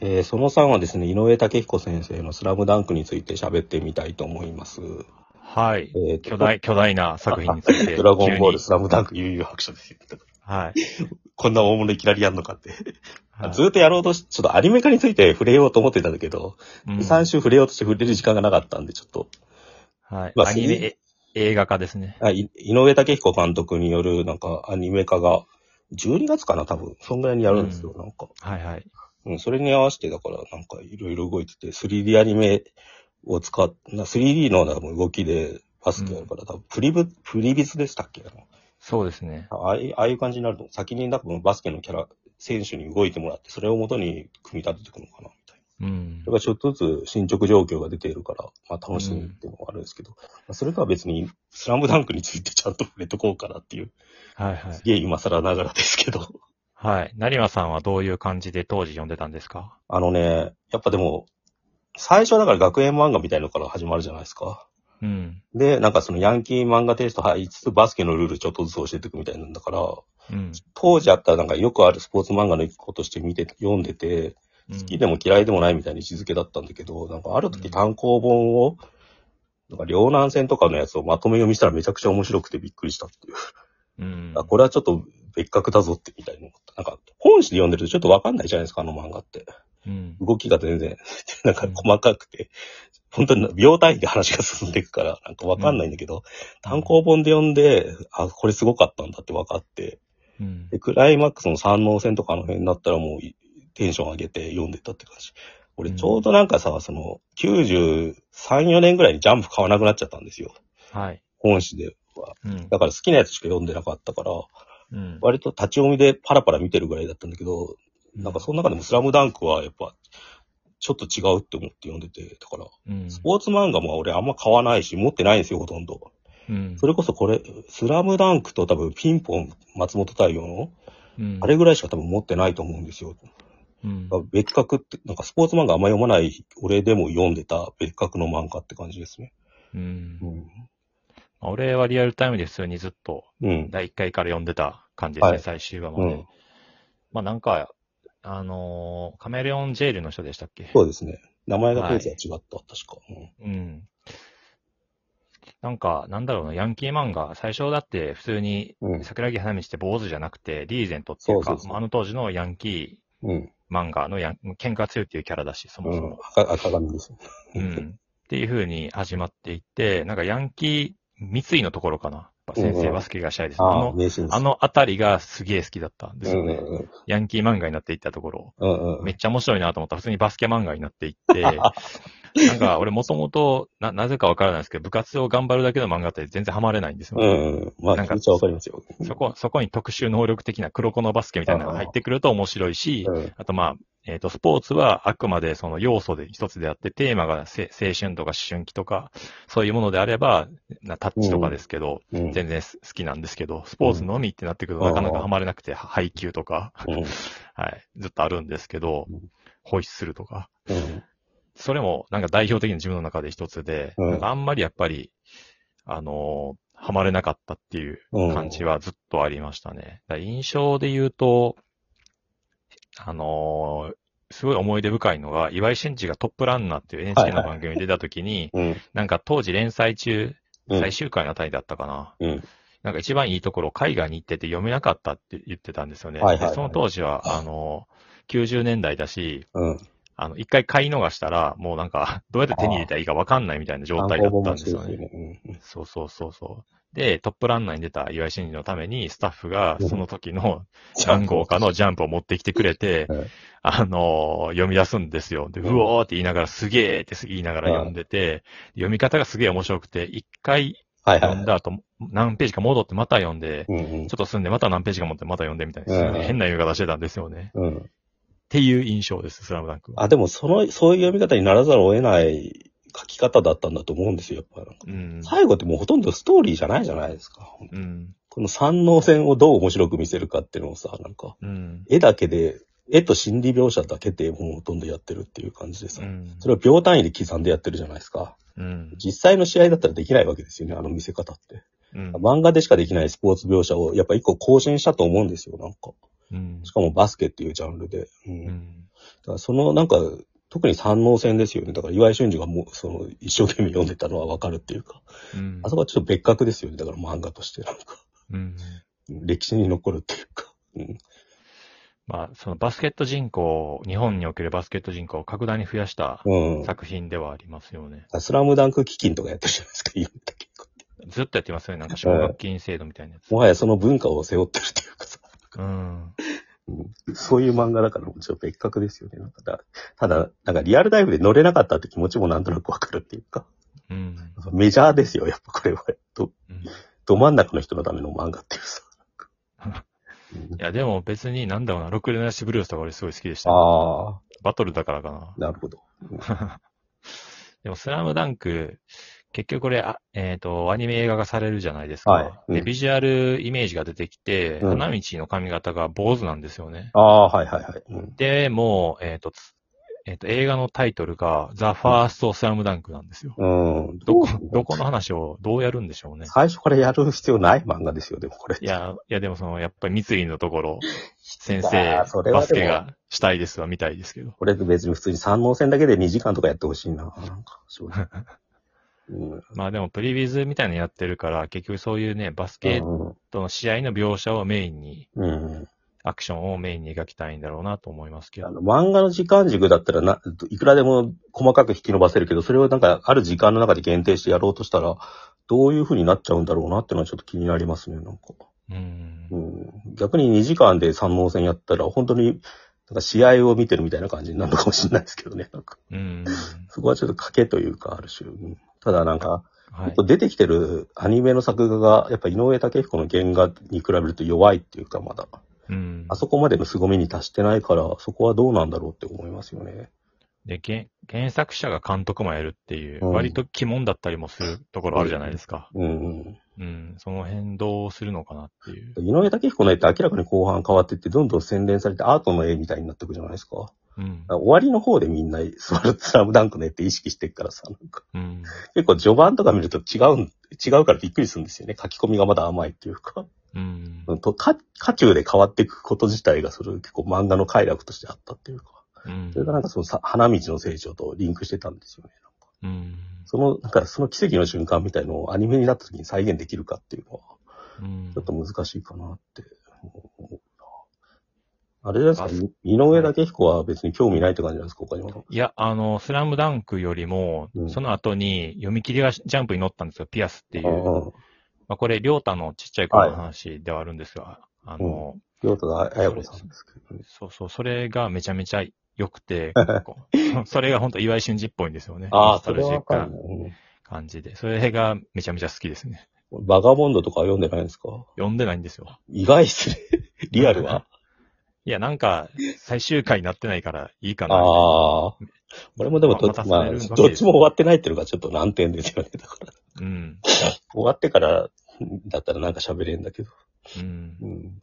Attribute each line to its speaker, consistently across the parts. Speaker 1: えーその3はですね、井上武彦先生のスラムダンクについて喋ってみたいと思います。
Speaker 2: はい。
Speaker 1: えー
Speaker 2: 巨大、巨大な作品につい て。
Speaker 1: ドラゴンボール、
Speaker 2: 急
Speaker 1: スラムダンク、悠々白書ですよ。
Speaker 2: にはい。
Speaker 1: こんな大物いきなりやんのかって。
Speaker 2: はい
Speaker 1: ずーっとやろうとし、ちょっとアニメ化について触れようと思ってたんだけど、
Speaker 2: うん
Speaker 1: 3週触れようとして触れる時間がなかったんで、ちょっと。
Speaker 2: はい
Speaker 1: ま。あ
Speaker 2: アニメ、え映画化ですね。
Speaker 1: あい井上武彦監督による、なんか、アニメ化が、12月かな多分。そんぐらいにやるんですよ、
Speaker 2: う
Speaker 1: なんか。
Speaker 2: はいはい。
Speaker 1: うん、それに合わせて、だから、なんか、いろいろ動いてて、3D アニメを使っ、な 3D の多分動きで、バスケやるから、多分プリブ、プリビスでしたっけ
Speaker 2: そうですね。
Speaker 1: ああいああいう感じになると、先に多分バスケのキャラ、選手に動いてもらって、それを元に組み立てていくのかな、みたいな。
Speaker 2: うん
Speaker 1: それ。がちょっとずつ進捗状況が出ているから、まあ楽しみっていうのはあるんですけど、まあそれとは別に、スラムダンクについてちゃんと触れとこうかなっていう、
Speaker 2: はいはい
Speaker 1: す。げえ今更ながらですけど。
Speaker 2: はい。成馬さんはどういう感じで当時読んでたんですか
Speaker 1: あのね、やっぱでも、最初はだから学園漫画みたいのから始まるじゃないですか。
Speaker 2: うん。
Speaker 1: で、なんかそのヤンキー漫画テスト入りつつ、バスケのルールちょっとずつ教えていくみたいなんだから、
Speaker 2: うん。
Speaker 1: 当時あったなんかよくあるスポーツ漫画の一個として見て、読んでて、
Speaker 2: うん
Speaker 1: 好きでも嫌いでもないみたいな位置づけだったんだけど、なんかある時単行本を、なんか両南線とかのやつをまとめ読みしたらめちゃくちゃ面白くてびっくりしたっていう。
Speaker 2: うん。
Speaker 1: あこれはちょっと別格だぞってみたいに思った。なんか本誌で読んでるとちょっとわかんないじゃないですか、あの漫画って。
Speaker 2: うん。
Speaker 1: 動きが全然、 なんか細かくて、本当に秒単位で話が進んでいくから、なんかわかんないんだけど、単行本で読んで、あ、これすごかったんだって分かって、
Speaker 2: うん。
Speaker 1: で、クライマックスの三能戦とかの辺になったらもういテンション上げて読んでたって感じ。俺
Speaker 2: うん
Speaker 1: ちょうどなんかさ、その、93、4年ぐらいにジャンプ買わなくなっちゃったんですよ。
Speaker 2: はい。
Speaker 1: 本誌で。
Speaker 2: うん。
Speaker 1: だから好きなやつしか読んでなかったから、
Speaker 2: うん。
Speaker 1: 割と立ち読みでパラパラ見てるぐらいだったんだけど、なんかその中でもスラムダンクはやっぱ、ちょっと違うって思って読んでて、だから、
Speaker 2: うん。
Speaker 1: スポーツ漫画も俺あんま買わないし、持ってないんですよ、ほとんど。
Speaker 2: うん。
Speaker 1: それこそこれ、スラムダンクと多分ピンポン、松本太陽の
Speaker 2: うん。
Speaker 1: あれぐらいしか多分持ってないと思うんですよ。
Speaker 2: うん。
Speaker 1: 別格って、なんかスポーツ漫画あんま読まない俺でも読んでた別格の漫画って感じですね。
Speaker 2: うん
Speaker 1: う。ん。
Speaker 2: まあ俺はリアルタイムで普通にずっと
Speaker 1: うん。
Speaker 2: 第1回から読んでた感じですね、
Speaker 1: はい
Speaker 2: 最終話ま
Speaker 1: う
Speaker 2: で。
Speaker 1: ん。
Speaker 2: まあなんか、あのーカメレオンジェイルの人でしたっけ
Speaker 1: そうですね。名前が当時は違った、確か。うん
Speaker 2: うん。なんか、なんだろうな、ヤンキー漫画、最初だって普通に
Speaker 1: うん。
Speaker 2: 桜木花道って坊主じゃなくて、リーゼントっていう
Speaker 1: そ
Speaker 2: か
Speaker 1: うそう、そう
Speaker 2: まああの当時のヤンキ
Speaker 1: うん。
Speaker 2: ー漫画のヤン、喧嘩強いっていうキャラだし、そも
Speaker 1: う
Speaker 2: そ
Speaker 1: ん
Speaker 2: も。。
Speaker 1: 赤赤髪です。
Speaker 2: うん。っていう風に始まっていって、なんかヤンキー、三井のところかな。やっぱ先
Speaker 1: うんう
Speaker 2: 生
Speaker 1: ん
Speaker 2: バスケがしたいです。あ
Speaker 1: ああ、
Speaker 2: の、
Speaker 1: 名刺です。
Speaker 2: あ、のあたりがすげえ好きだったんで
Speaker 1: う
Speaker 2: すよ
Speaker 1: んう
Speaker 2: ね。
Speaker 1: んうん。
Speaker 2: ヤンキー漫画になっていったところ、
Speaker 1: うんうん
Speaker 2: めっちゃ面白いなと思ったら、普通にバスケ漫画になってい って、なんか俺もともと、な、なぜかわからないですけど、部活を頑張るだけの漫画って全然ハマれないんですよ
Speaker 1: う
Speaker 2: ね。
Speaker 1: んうん。まあ、
Speaker 2: なん
Speaker 1: 気
Speaker 2: か
Speaker 1: 持ちはわかりますよ。
Speaker 2: そこ、そこに特殊能力的な黒子のバスケみたいなのが入ってくると面白いし、
Speaker 1: うん。
Speaker 2: あとまあ、えっ、と、スポーツはあくまでその要素で一つであって、テーマがせ青春とか思春期とか、そういうものであれば、なタッチとかですけど、
Speaker 1: うん。
Speaker 2: 全然す好きなんですけど、スポーツのみってなってくるとなかなかハマれなくて、配球とか、
Speaker 1: うん
Speaker 2: はい、ずっとあるんですけど
Speaker 1: うん、
Speaker 2: ホイッスルとか、
Speaker 1: うん
Speaker 2: それもなんか代表的な自分の中で一つで、
Speaker 1: うん
Speaker 2: なんかあんまりやっぱり、あのーハマれなかったっていう
Speaker 1: うん
Speaker 2: 感じはずっとありましたね。だから印象で言うと、あのーすごい思い出深いのが、岩井俊二がトップランナーっていう NHK の番組に出た時に、
Speaker 1: うん。
Speaker 2: なんか当時連載中、
Speaker 1: うん
Speaker 2: 最終回のあたりだったかな。
Speaker 1: うん
Speaker 2: なんか一番いいところ、海外に行ってて読めなかったって言ってたんですよね。
Speaker 1: はいはいはい
Speaker 2: でその当時は、あのー、90年代だし、
Speaker 1: うん。
Speaker 2: あの、一回買い逃したら、もうなんか、 どうやって手に入れたらいいか分かんないみたいな状態だ
Speaker 1: 単行本
Speaker 2: った
Speaker 1: も
Speaker 2: んですよ
Speaker 1: そう
Speaker 2: ね。
Speaker 1: よね。うん
Speaker 2: そうそうそうそう。で、トップランナーに出た岩井真二のために、スタッフがその時の何号かのジャンプを持ってきてくれて
Speaker 1: うん、
Speaker 2: あのー読み出すんですよ。で、
Speaker 1: うん
Speaker 2: うおーって言いながら、すげーって言いながら読んでて、読み方がすげー面白くて、一回
Speaker 1: はいは
Speaker 2: 読ん
Speaker 1: い。
Speaker 2: だ後、何ページか戻ってまた読んで、
Speaker 1: うんうん
Speaker 2: ちょっと進んでまた何ページか戻ってまた読んでみたいな、
Speaker 1: うん
Speaker 2: 変な読み方してたんですよね。
Speaker 1: うん。
Speaker 2: っていう印象です、スラムダンクは。
Speaker 1: あ、でもその、そういう読み方にならざるを得ない書き方だったんだと思うんですよ、やっぱり。
Speaker 2: うん。
Speaker 1: 最後ってもうほとんどストーリーじゃないじゃないですか。
Speaker 2: うん。
Speaker 1: この三能線をどう面白く見せるかっていうのをさ、なんか、
Speaker 2: うん。
Speaker 1: 絵だけで、絵と心理描写だけでもうほとんどやってるっていう感じでさ、
Speaker 2: うん
Speaker 1: それを秒単位で刻んでやってるじゃないですか。
Speaker 2: うん。
Speaker 1: 実際の試合だったらできないわけですよね、あの見せ方って。
Speaker 2: うん
Speaker 1: 漫画でしかできないスポーツ描写をやっぱ一個更新したと思うんですよ、なんか。
Speaker 2: うん
Speaker 1: しかもバスケっていうジャンルで。うん
Speaker 2: うん
Speaker 1: からそのなんか、特に三能戦ですよね。だから岩井俊二がもう、その、一生懸命読んでたのはわかるっていうか、
Speaker 2: うん
Speaker 1: あそこはちょっと別格ですよね。だから漫画としてなんか、
Speaker 2: うん
Speaker 1: 歴史に残るっていうか。うん。
Speaker 2: まあ、そのバスケット人口を、日本におけるバスケット人口を格段に増やした
Speaker 1: うん。
Speaker 2: 作品ではありますよね。
Speaker 1: スラムダンク基金とかやってるじゃないですか、今だけ。
Speaker 2: ずっとやってますよね。なんか奨学金制度みたいなやつ。
Speaker 1: もはやその文化を背負ってるっていうかさ、
Speaker 2: うん。
Speaker 1: うんそういう漫画だからもちろん別格ですよね。なんかだただ、なんかリアルタイムで乗れなかったって気持ちもなんとなくわかるっていうか、
Speaker 2: うん。
Speaker 1: メジャーですよ、やっぱこれは。ど、
Speaker 2: うん
Speaker 1: ど真ん中の人のための漫画っていう さ。
Speaker 2: いや、でも別になんだろうな、ロックレナシブルースとか俺すごい好きでした。
Speaker 1: あ
Speaker 2: バトルだからか
Speaker 1: あ、なるほど。
Speaker 2: な。 でも、スラムダンク、結局これ、あえっ、と、アニメ映画化されるじゃないですか。
Speaker 1: はいうん
Speaker 2: で、ビジュアルイメージが出てきて、
Speaker 1: うん
Speaker 2: 花道の髪型が坊主なんですよね。
Speaker 1: ああ、はいはいはい。うん
Speaker 2: で、もう、えっ、と、つえっ、と、映画のタイトルが、ザ・ファースト・スラムダンクなんですよ。
Speaker 1: うん。
Speaker 2: どこ
Speaker 1: うなん、だ
Speaker 2: どこの話をどうやるんでしょうね。
Speaker 1: 最初からやる必要ない漫画ですよ、でもこれ。
Speaker 2: いや、いやでもその、やっぱり三井のところ、先
Speaker 1: いやーそ
Speaker 2: 生、
Speaker 1: れはでも
Speaker 2: バスケがしたいですわ、みたいですけど。
Speaker 1: これ別に普通に三能戦だけで2時間とかやってほしいな。なんか、そう。 うん。
Speaker 2: まあでも、プリビズみたいなのやってるから、結局そういうね、バスケットの試合の描写をメインに、
Speaker 1: うん。うん。
Speaker 2: アクションをメインに描きたいんだろうなと思いますけ
Speaker 1: あの、
Speaker 2: ど。
Speaker 1: 漫画の時間軸だったらな、いくらでも細かく引き伸ばせるけど、それをなんか、ある時間の中で限定してやろうとしたら、どういう風になっちゃうんだろうなってのはちょっと気になりますね、なんか。
Speaker 2: うん
Speaker 1: う。ん。逆に2時間で三能戦やったら、本当に、なんか試合を見てるみたいな感じになるのかもしれないですけどね、なんか。
Speaker 2: うん。
Speaker 1: そこはちょっと賭けというか、ある種。うんただなんか、
Speaker 2: はい。
Speaker 1: 出てきてるアニメの作画が、やっぱ井上武彦の原画に比べると弱いっていうか、まだ。
Speaker 2: うん。
Speaker 1: あそこまでの凄みに達してないから、そこはどうなんだろうって思いますよね。
Speaker 2: で、原原作者が監督もやるっていう、
Speaker 1: うん
Speaker 2: 割と鬼門だったりもするところあるじゃないですか。
Speaker 1: うん。
Speaker 2: うん。その辺どうするのかなっていう。
Speaker 1: 井上武彦の絵って明らかに後半変わってって、どんどん洗練されてアートの絵みたいになってくじゃないですか。だか
Speaker 2: うん
Speaker 1: ら。終わりの方でみんなスワルツラムダンクの絵って意識してっからさ、なんか
Speaker 2: うん。
Speaker 1: 結構序盤とか見ると違うん、違うからびっくりするんですよね。書き込みがまだ甘いっていうか。
Speaker 2: うん。
Speaker 1: うんと、か、渦中で変わっていくこと自体がそれ結構漫画の快楽としてあったっていうか。
Speaker 2: うん
Speaker 1: それがなんかそのさ花道の成長とリンクしてたんですよね。
Speaker 2: うん。
Speaker 1: その、なんかその奇跡の瞬間みたいのをアニメになった時に再現できるかっていうのは、
Speaker 2: うん
Speaker 1: ちょっと難しいかなって思うな。あれじゃないですか、い井上武彦は別に興味ないって感じなんですか、他にも。
Speaker 2: いや、あの、スラムダンクよりも
Speaker 1: う、ん
Speaker 2: その後に読み切りがジャンプに載ったんですよ、ピアスっていう。
Speaker 1: うんうん。
Speaker 2: まあ、これ、りょうたのちっちゃい頃の話ではあるんですが、あの、
Speaker 1: 京都が綾子さんですけどね。
Speaker 2: そうそう、それがめちゃめちゃ良 くて、こうそれが本当岩井俊二っぽいんですよね。
Speaker 1: ああ、
Speaker 2: ノスタ
Speaker 1: そ
Speaker 2: ル
Speaker 1: れ
Speaker 2: ジ
Speaker 1: は
Speaker 2: ッ
Speaker 1: わ
Speaker 2: ク
Speaker 1: か
Speaker 2: なん
Speaker 1: ない。
Speaker 2: 感じで。それがめちゃめちゃ好きですね。
Speaker 1: うんバガボンドとかは読んでないんですか
Speaker 2: 読んでないんですよ。
Speaker 1: 意外っすね。 リアル はい
Speaker 2: や、なんか、最終回になってないからいいかな。
Speaker 1: ああ。俺もでもどっ
Speaker 2: ま
Speaker 1: ち、
Speaker 2: あ
Speaker 1: ま
Speaker 2: ま
Speaker 1: あ、
Speaker 2: た
Speaker 1: どっ
Speaker 2: それ
Speaker 1: ちも終わってないっていうのがちょっと難点ですよね。だから、
Speaker 2: うん。
Speaker 1: 終わってからだったらなんか喋れんだけど。
Speaker 2: うん
Speaker 1: う。ん。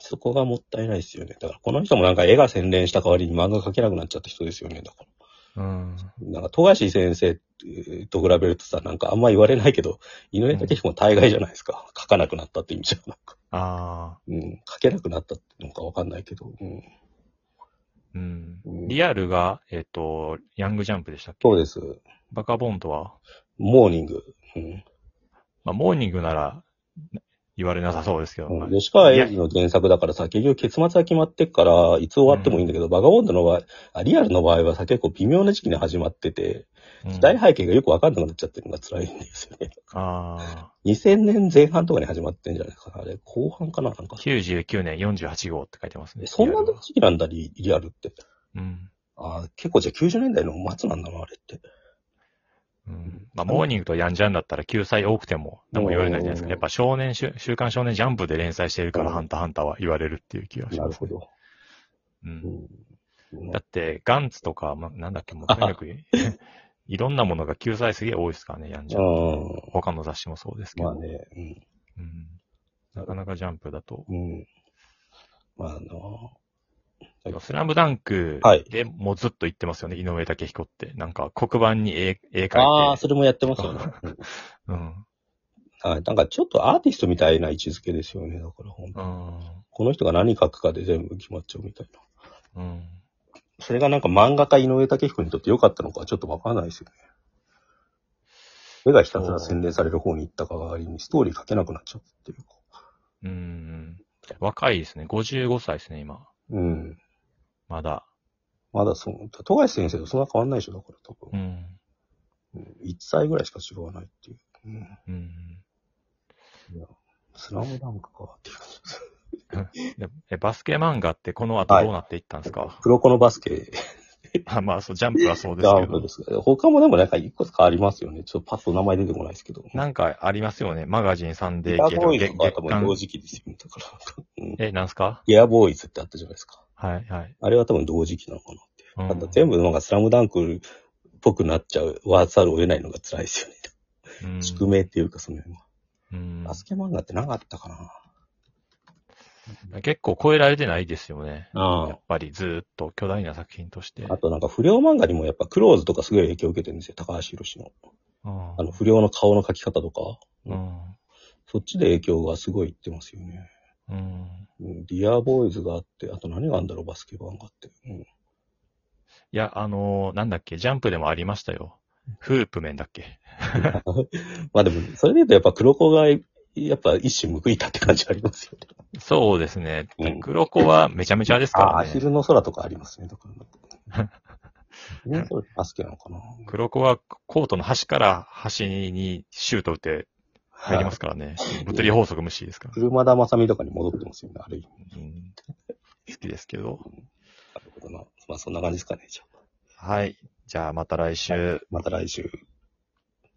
Speaker 1: そこがもったいないですよね。だから、この人もなんか絵が洗練した代わりに漫画描けなくなっちゃった人ですよね。だか
Speaker 2: うん。
Speaker 1: ら、なんか、富樫先生と比べるとさ、なんかあんま言われないけど、井上武彦も大概じゃないですか。描かなくなったって意味じゃなんか。
Speaker 2: ああ。
Speaker 1: うん。描けなくなったってのかわかんないけど。うん。
Speaker 2: うん。
Speaker 1: うん
Speaker 2: リアルが、えっ、と、ヤングジャンプでしたっけ
Speaker 1: そうです。
Speaker 2: バカボンドは、
Speaker 1: モーニング。うん。
Speaker 2: まあ、モーニングなら言われなさそうですけど、
Speaker 1: うん
Speaker 2: まあ
Speaker 1: 吉川
Speaker 2: いや
Speaker 1: 英治の原作だからさ、結局結末は決まってっから、いつ終わってもいいんだけど、バガボンドの場合、あリアルの場合はさ、結構微妙な時期に始まってて、
Speaker 2: うん
Speaker 1: 時代背景がよくわかんなくなっちゃってるのが辛いんですよね。
Speaker 2: あ
Speaker 1: 2000年前半とかに始まってんじゃないかな。あれ、後半かななん
Speaker 2: あ、
Speaker 1: か。
Speaker 2: 99年48号って書いてますね。
Speaker 1: そんな
Speaker 2: リアルは
Speaker 1: 時期なんだ、リリアルって。
Speaker 2: うん。
Speaker 1: あー結構じゃあ90年代の末なんだな、あれって。
Speaker 2: うんまあ、モーニングとヤンジャンだったら救済多くても何も言われないじゃないです
Speaker 1: う
Speaker 2: か。
Speaker 1: ん
Speaker 2: やっぱ少年週、週刊少年ジャンプで連載してるから、
Speaker 1: うん
Speaker 2: ハンターハンターは言われるっていう気がし
Speaker 1: な
Speaker 2: ま
Speaker 1: る
Speaker 2: す
Speaker 1: ほ
Speaker 2: ね、
Speaker 1: ど。
Speaker 2: うん
Speaker 1: うんうん
Speaker 2: だって、ガンツとか、まなんだっけ、もうとにかく、 いろんなものが救済すげえ多いですからね、ヤンジャン。
Speaker 1: う
Speaker 2: 他の雑誌もそうです
Speaker 1: ん。
Speaker 2: け
Speaker 1: ま
Speaker 2: ど。
Speaker 1: あね、うん。
Speaker 2: うん、なかなかジャンプだと。
Speaker 1: うん。まあなはい
Speaker 2: スラムダンク
Speaker 1: はい
Speaker 2: でもうずっと言ってますよね、井上武彦って。なんか黒板に絵絵描いて。
Speaker 1: ああー、それもやって ますよね。うん
Speaker 2: うん。
Speaker 1: はい。なんかちょっとアーティストみたいな位置づけですよね。だからほんと
Speaker 2: うん。
Speaker 1: この人が何書くかで全部決まっちゃうみたいな。
Speaker 2: うん。
Speaker 1: それがなんか漫画家井上武彦にとって良かったのかちょっとわからないですよね。絵がひたすら洗練される方に行った代わりに、ストーリー書けなくなっちゃうっていうか。
Speaker 2: うん。若いですね。55歳ですね、今。
Speaker 1: うん。
Speaker 2: まだ。
Speaker 1: まだその、富樫先生とそんな変わんないでしょ、だから多分。
Speaker 2: うん。
Speaker 1: 1歳ぐらいしか違わないっていう。うん。
Speaker 2: うん。
Speaker 1: スラムダンクかっていう感じです。
Speaker 2: でえバスケ漫画ってこの後どうなっていったんですか、
Speaker 1: 黒子のバスケ、
Speaker 2: あまあ、そう、ジャンプはそうです
Speaker 1: ダ
Speaker 2: け
Speaker 1: ウンロード
Speaker 2: ど
Speaker 1: で。すけど他もでもなんか一個変わりますよね。ちょっとパッと名前出てこないですけど。
Speaker 2: なんかありますよね。マガジンサンデ
Speaker 1: ゲア
Speaker 2: ー系と
Speaker 1: ボ
Speaker 2: か
Speaker 1: ーイズ
Speaker 2: 月
Speaker 1: とか多
Speaker 2: 月
Speaker 1: 分
Speaker 2: 刊
Speaker 1: 同。時期ですよね。だから、 うん
Speaker 2: え、なんすか
Speaker 1: ゲアボーイズってあったじゃないですか。
Speaker 2: はい、はい。
Speaker 1: あれは多分同時期なのかなっていう。
Speaker 2: うん
Speaker 1: なんか全部なんかスラムダンクっぽくなっちゃう、わざるを得ないのが辛いですよね。
Speaker 2: うん
Speaker 1: 宿命っていうかその辺は。
Speaker 2: うん
Speaker 1: バスケ漫画ってなかったかな。
Speaker 2: 結構超えられてないですよね。
Speaker 1: あ
Speaker 2: やっぱりずーっと巨大な作品として。
Speaker 1: あとなんか不良漫画にもやっぱクローズとかすごい影響を受けてるんですよ。高橋宏の。
Speaker 2: うん
Speaker 1: あの不良の顔の描き方とか。
Speaker 2: うん。
Speaker 1: そっちで影響がすごいいってますよね。
Speaker 2: うん。
Speaker 1: うん、ディアーボーイズがあって、あと何があるんだろう、バスケ漫画って。うん、
Speaker 2: いや、あのーなんだっけ、ジャンプでもありましたよ。フープメンだっけ。
Speaker 1: まあでも、それで言うとやっぱ黒子が、やっぱ一矢報いたって感じありますよね。
Speaker 2: そうですね
Speaker 1: うん。
Speaker 2: 黒子はめちゃめちゃです
Speaker 1: ああ、
Speaker 2: から
Speaker 1: アヒ
Speaker 2: ね。
Speaker 1: ルの空とかありますね、だ から。ね、それバスケなのかな。。
Speaker 2: 黒子はコートの端から端にシュート打って入りますすからね。物理法則無視ですから。
Speaker 1: 車田正美とかに戻ってますよね、ある意味。
Speaker 2: うん好きですけど。
Speaker 1: なるほどな。まあそんな感じですかね、じゃあ。
Speaker 2: はい。じゃあまた来週。
Speaker 1: また来週。